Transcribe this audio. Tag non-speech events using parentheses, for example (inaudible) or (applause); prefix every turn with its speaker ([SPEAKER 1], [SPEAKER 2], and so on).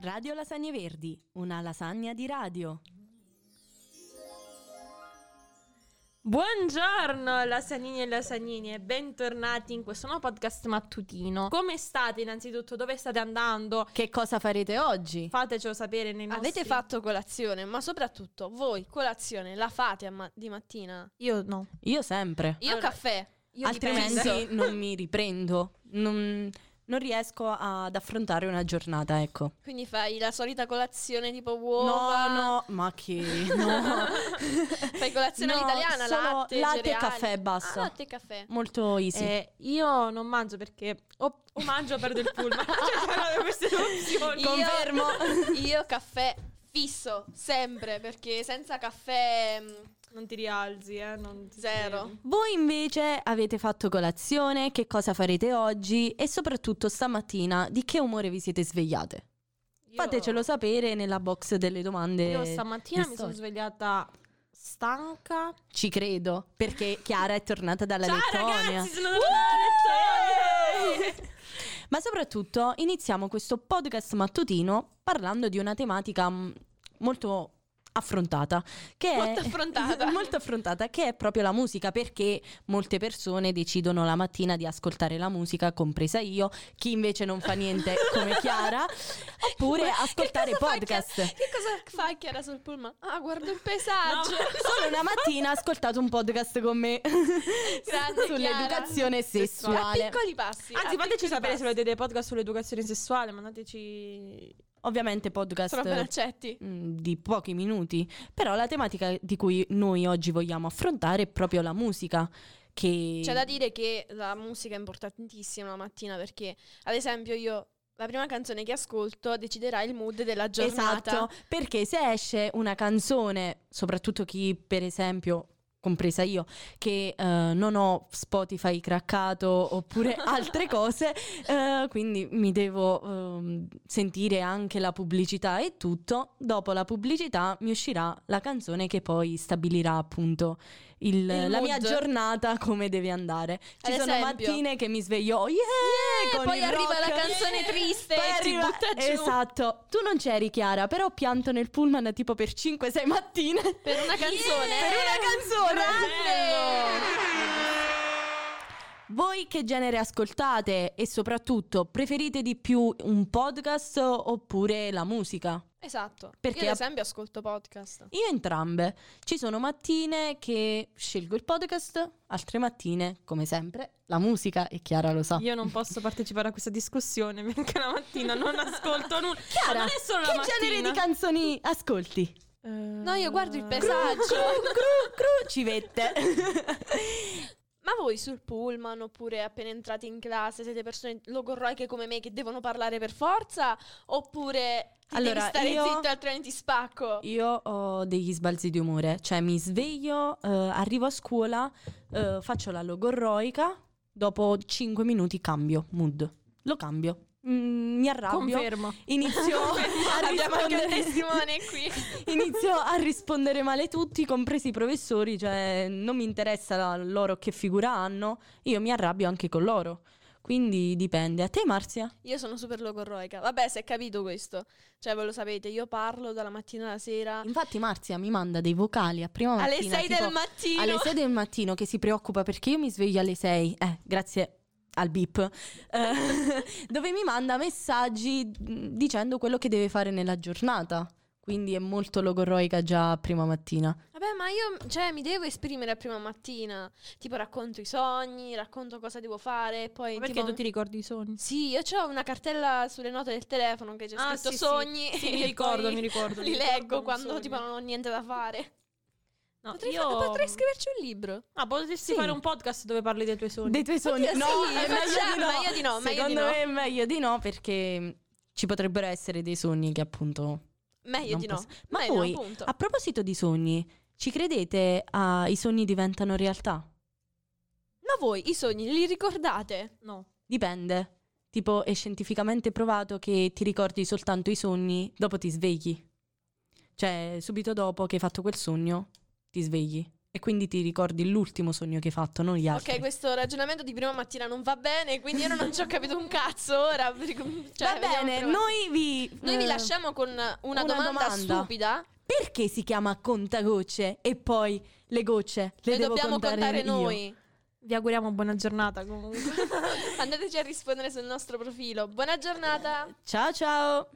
[SPEAKER 1] Radio Lasagne Verdi, una lasagna di radio.
[SPEAKER 2] Buongiorno lasagnini e lasagnini e bentornati in questo nuovo podcast mattutino. Come state innanzitutto? Dove state andando?
[SPEAKER 1] Che cosa farete oggi?
[SPEAKER 2] Fatecelo sapere nei nostri...
[SPEAKER 3] Avete fatto colazione, ma soprattutto voi colazione la fate a ma- di mattina?
[SPEAKER 2] Io no.
[SPEAKER 1] Io sempre.
[SPEAKER 3] Io
[SPEAKER 2] Allora,
[SPEAKER 3] caffè.
[SPEAKER 2] Io
[SPEAKER 1] Altrimenti
[SPEAKER 2] dipendo.
[SPEAKER 1] non mi riprendo. Non, non riesco ad affrontare una giornata, ecco.
[SPEAKER 3] (laughs) Quindi fai la solita colazione tipo uova.
[SPEAKER 1] No, no, ma che... No.
[SPEAKER 3] (laughs) Fai colazione
[SPEAKER 1] No,
[SPEAKER 3] all'italiana,
[SPEAKER 1] solo
[SPEAKER 3] latte,
[SPEAKER 1] latte e
[SPEAKER 3] cereali.
[SPEAKER 1] caffè e basta.
[SPEAKER 3] Ah, latte e caffè.
[SPEAKER 1] Molto easy.
[SPEAKER 2] Eh, io non mangio perché o, o mangio o perdo il pullman. (laughs) cioè, sono queste due opzioni.
[SPEAKER 3] Io- (laughs) Io caffè fisso, sempre, perché senza caffè... mm,
[SPEAKER 2] Non ti rialzi, eh. non ti
[SPEAKER 3] Zero.
[SPEAKER 2] siedi.
[SPEAKER 1] Voi invece avete fatto colazione, che cosa farete oggi e soprattutto stamattina di che umore vi siete svegliate?
[SPEAKER 2] Io-
[SPEAKER 1] Fatecelo sapere nella box delle domande.
[SPEAKER 2] Io stamattina
[SPEAKER 1] di
[SPEAKER 2] mi sono
[SPEAKER 1] storia.
[SPEAKER 2] svegliata stanca.
[SPEAKER 1] Ci credo,
[SPEAKER 3] (laughs)
[SPEAKER 1] perché Chiara è tornata dalla Lettonia.
[SPEAKER 2] sono tornata in Lettonia.
[SPEAKER 1] Ma soprattutto iniziamo questo podcast mattutino parlando di una tematica mh, molto affrontata che
[SPEAKER 3] Molto
[SPEAKER 1] è
[SPEAKER 3] affrontata.
[SPEAKER 1] (laughs) molto affrontata, che è proprio la musica perché molte persone decidono la mattina di ascoltare la musica compresa io chi invece non fa niente
[SPEAKER 3] (laughs)
[SPEAKER 1] come Chiara oppure
[SPEAKER 3] Che
[SPEAKER 1] ascoltare
[SPEAKER 3] cosa fa
[SPEAKER 1] podcast
[SPEAKER 3] Chiara- Che cosa fa Chiara sul pullman? Ah, guardo il paesaggio.
[SPEAKER 2] No,
[SPEAKER 3] (laughs)
[SPEAKER 1] solo una mattina ha ascoltato un podcast con me
[SPEAKER 3] Grande
[SPEAKER 1] (laughs) sull'educazione
[SPEAKER 3] A
[SPEAKER 1] sessuale
[SPEAKER 3] piccoli passi. a
[SPEAKER 2] Anzi, fateci
[SPEAKER 3] piccoli
[SPEAKER 2] sapere se
[SPEAKER 3] passi.
[SPEAKER 2] avete dei podcast sull'educazione sessuale, mandateci...
[SPEAKER 1] ovviamente
[SPEAKER 3] Sono ben
[SPEAKER 1] podcast
[SPEAKER 3] accetti.
[SPEAKER 1] mh, mm, di pochi minuti, però la tematica di cui noi oggi vogliamo affrontare è proprio la musica che
[SPEAKER 3] C'è Cioè, da dire che la musica è importantissima la mattina perché, ad esempio, io la prima canzone che ascolto deciderà il mood della giornata.
[SPEAKER 1] Esatto, perché se esce una canzone, soprattutto chi per esempio compresa io, che eh, non ho Spotify craccato oppure
[SPEAKER 3] (laughs)
[SPEAKER 1] altre cose, eh, quindi mi devo ehm, sentire anche la pubblicità e tutto, dopo la pubblicità mi uscirà la canzone che poi stabilirà appunto il- la
[SPEAKER 3] Il
[SPEAKER 1] mia
[SPEAKER 3] mood.
[SPEAKER 1] giornata come deve andare. Ci
[SPEAKER 3] Ad
[SPEAKER 1] sono
[SPEAKER 3] esempio.
[SPEAKER 1] mattine che mi sveglio, "Oh, yeah!"
[SPEAKER 3] Eh,
[SPEAKER 1] con
[SPEAKER 3] poi
[SPEAKER 1] il
[SPEAKER 3] arriva
[SPEAKER 1] rock.
[SPEAKER 3] la canzone triste
[SPEAKER 1] Poi
[SPEAKER 3] e ti
[SPEAKER 1] arriva-
[SPEAKER 3] butta giù
[SPEAKER 1] Esatto. Tu non c'eri, Chiara, però pianto nel pullman tipo per 5-6 mattine.
[SPEAKER 3] (laughs) per una canzone. Eh,
[SPEAKER 1] Per una canzone.
[SPEAKER 3] Grande!
[SPEAKER 1] Voi che genere ascoltate e soprattutto preferite di più un podcast oppure la musica?
[SPEAKER 3] Esatto.
[SPEAKER 1] Perché
[SPEAKER 3] Io,
[SPEAKER 1] a-
[SPEAKER 3] ad esempio, ascolto podcast.
[SPEAKER 1] Io entrambe. Ci sono mattine che scelgo il podcast, altre mattine, come sempre, la musica e Chiara lo sa.
[SPEAKER 2] Io non posso partecipare a questa discussione perché la mattina non ascolto nulla.
[SPEAKER 1] Chiara,
[SPEAKER 2] Ma non è solo la
[SPEAKER 1] che
[SPEAKER 2] mattina.
[SPEAKER 1] genere di canzoni ascolti?
[SPEAKER 2] Eh,
[SPEAKER 3] No, io guardo il
[SPEAKER 1] Cru,
[SPEAKER 3] paesaggio.
[SPEAKER 1] cru, cru, cru, civette.
[SPEAKER 3] Ma voi sul pullman oppure appena entrate in classe siete persone logorroiche come me che devono parlare per forza? Oppure ti
[SPEAKER 1] Allora,
[SPEAKER 3] devi stare
[SPEAKER 1] io-
[SPEAKER 3] zitto altrimenti spacco?
[SPEAKER 1] (laughs) Io ho degli sbalzi di umore, cioè mi sveglio, eh, arrivo a scuola, eh, faccio la logorroica, dopo 5 minuti cambio mood, lo cambio, Mm, mi arrabbio,
[SPEAKER 3] (laughs)
[SPEAKER 2] Confermo.
[SPEAKER 1] (laughs) inizio a
[SPEAKER 3] Abbiamo anche un
[SPEAKER 1] rispondere...
[SPEAKER 3] testimone qui.
[SPEAKER 1] Inizio a rispondere male tutti, compresi i professori, cioè non mi interessa la- loro che figura hanno, io mi arrabbio anche con loro. Quindi dipende. A te Marzia?
[SPEAKER 3] Io sono super logorroica. Vabbè, se è capito questo. Cioè, voi lo sapete, io parlo dalla mattina alla sera.
[SPEAKER 1] Infatti Marzia mi manda dei vocali a prima mattina.
[SPEAKER 3] alle 6
[SPEAKER 1] tipo-
[SPEAKER 3] del mattino.
[SPEAKER 1] alle 6 del mattino che si preoccupa perché io mi sveglio alle 6, eh, grazie al bip, eh, (laughs) dove mi manda messaggi mh, dicendo quello che deve fare nella giornata. Quindi è molto logorroica già prima mattina.
[SPEAKER 3] Vabbè, ma io, cioè, mi devo esprimere a prima mattina. Tipo, racconto i sogni, racconto cosa devo fare. Poi,
[SPEAKER 2] Ma Perché
[SPEAKER 3] tipo-
[SPEAKER 2] tu ti ricordi i sogni?
[SPEAKER 3] Sì, io ho una cartella sulle note del telefono che c'è
[SPEAKER 2] Ah,
[SPEAKER 3] scritto
[SPEAKER 2] sì, sì.
[SPEAKER 3] sogni.
[SPEAKER 2] Sì, mi
[SPEAKER 3] e
[SPEAKER 2] ricordo,
[SPEAKER 3] poi
[SPEAKER 2] mi ricordo,
[SPEAKER 3] (laughs)
[SPEAKER 2] mi
[SPEAKER 3] Li
[SPEAKER 2] ricordo
[SPEAKER 3] leggo
[SPEAKER 2] i
[SPEAKER 3] quando
[SPEAKER 2] sogni.
[SPEAKER 3] tipo non ho niente da fare.
[SPEAKER 2] No,
[SPEAKER 3] potrei,
[SPEAKER 2] io...
[SPEAKER 3] fa- potrei scriverci un libro.
[SPEAKER 2] Ah, potresti
[SPEAKER 1] Sì.
[SPEAKER 2] fare un podcast dove parli dei tuoi sogni.
[SPEAKER 1] Dei tuoi sogni?
[SPEAKER 3] sì,
[SPEAKER 1] no, è cioè, meglio di
[SPEAKER 3] facciamo,
[SPEAKER 1] no.
[SPEAKER 3] meglio di no, meglio di
[SPEAKER 1] Secondo
[SPEAKER 3] no.
[SPEAKER 1] me è meglio di no perché mm, ci potrebbero essere dei sogni che appunto...
[SPEAKER 3] Meglio
[SPEAKER 1] non
[SPEAKER 3] di no.
[SPEAKER 1] posso- Ma
[SPEAKER 3] Meglio,
[SPEAKER 1] voi,
[SPEAKER 3] appunto.
[SPEAKER 1] a proposito di sogni, ci credete ah, i sogni diventano realtà?
[SPEAKER 3] Ma voi i sogni li ricordate?
[SPEAKER 2] No.
[SPEAKER 1] Dipende. Tipo, è scientificamente provato che ti ricordi soltanto i sogni, dopo ti svegli. Cioè, subito dopo che hai fatto quel sogno, ti svegli. E quindi ti ricordi l'ultimo sogno che hai fatto, non gli altri.
[SPEAKER 3] Ok, questo ragionamento di prima mattina non va bene, quindi io non
[SPEAKER 1] (laughs)
[SPEAKER 3] ci ho capito un cazzo ora. per- cioè,
[SPEAKER 1] Va
[SPEAKER 3] vediamo
[SPEAKER 1] bene,
[SPEAKER 3] prima.
[SPEAKER 1] noi vi...
[SPEAKER 3] Noi vi
[SPEAKER 1] eh,
[SPEAKER 3] lasciamo con una,
[SPEAKER 1] una
[SPEAKER 3] domanda,
[SPEAKER 1] domanda.
[SPEAKER 3] stupida.
[SPEAKER 1] Perché si chiama contagocce e poi le gocce le
[SPEAKER 3] Noi
[SPEAKER 1] devo
[SPEAKER 3] dobbiamo
[SPEAKER 1] contare,
[SPEAKER 3] contare
[SPEAKER 1] io?
[SPEAKER 3] noi. (laughs)
[SPEAKER 2] Vi auguriamo buona giornata comunque.
[SPEAKER 3] Andateci a rispondere sul nostro profilo. Buona giornata.
[SPEAKER 1] Ciao ciao!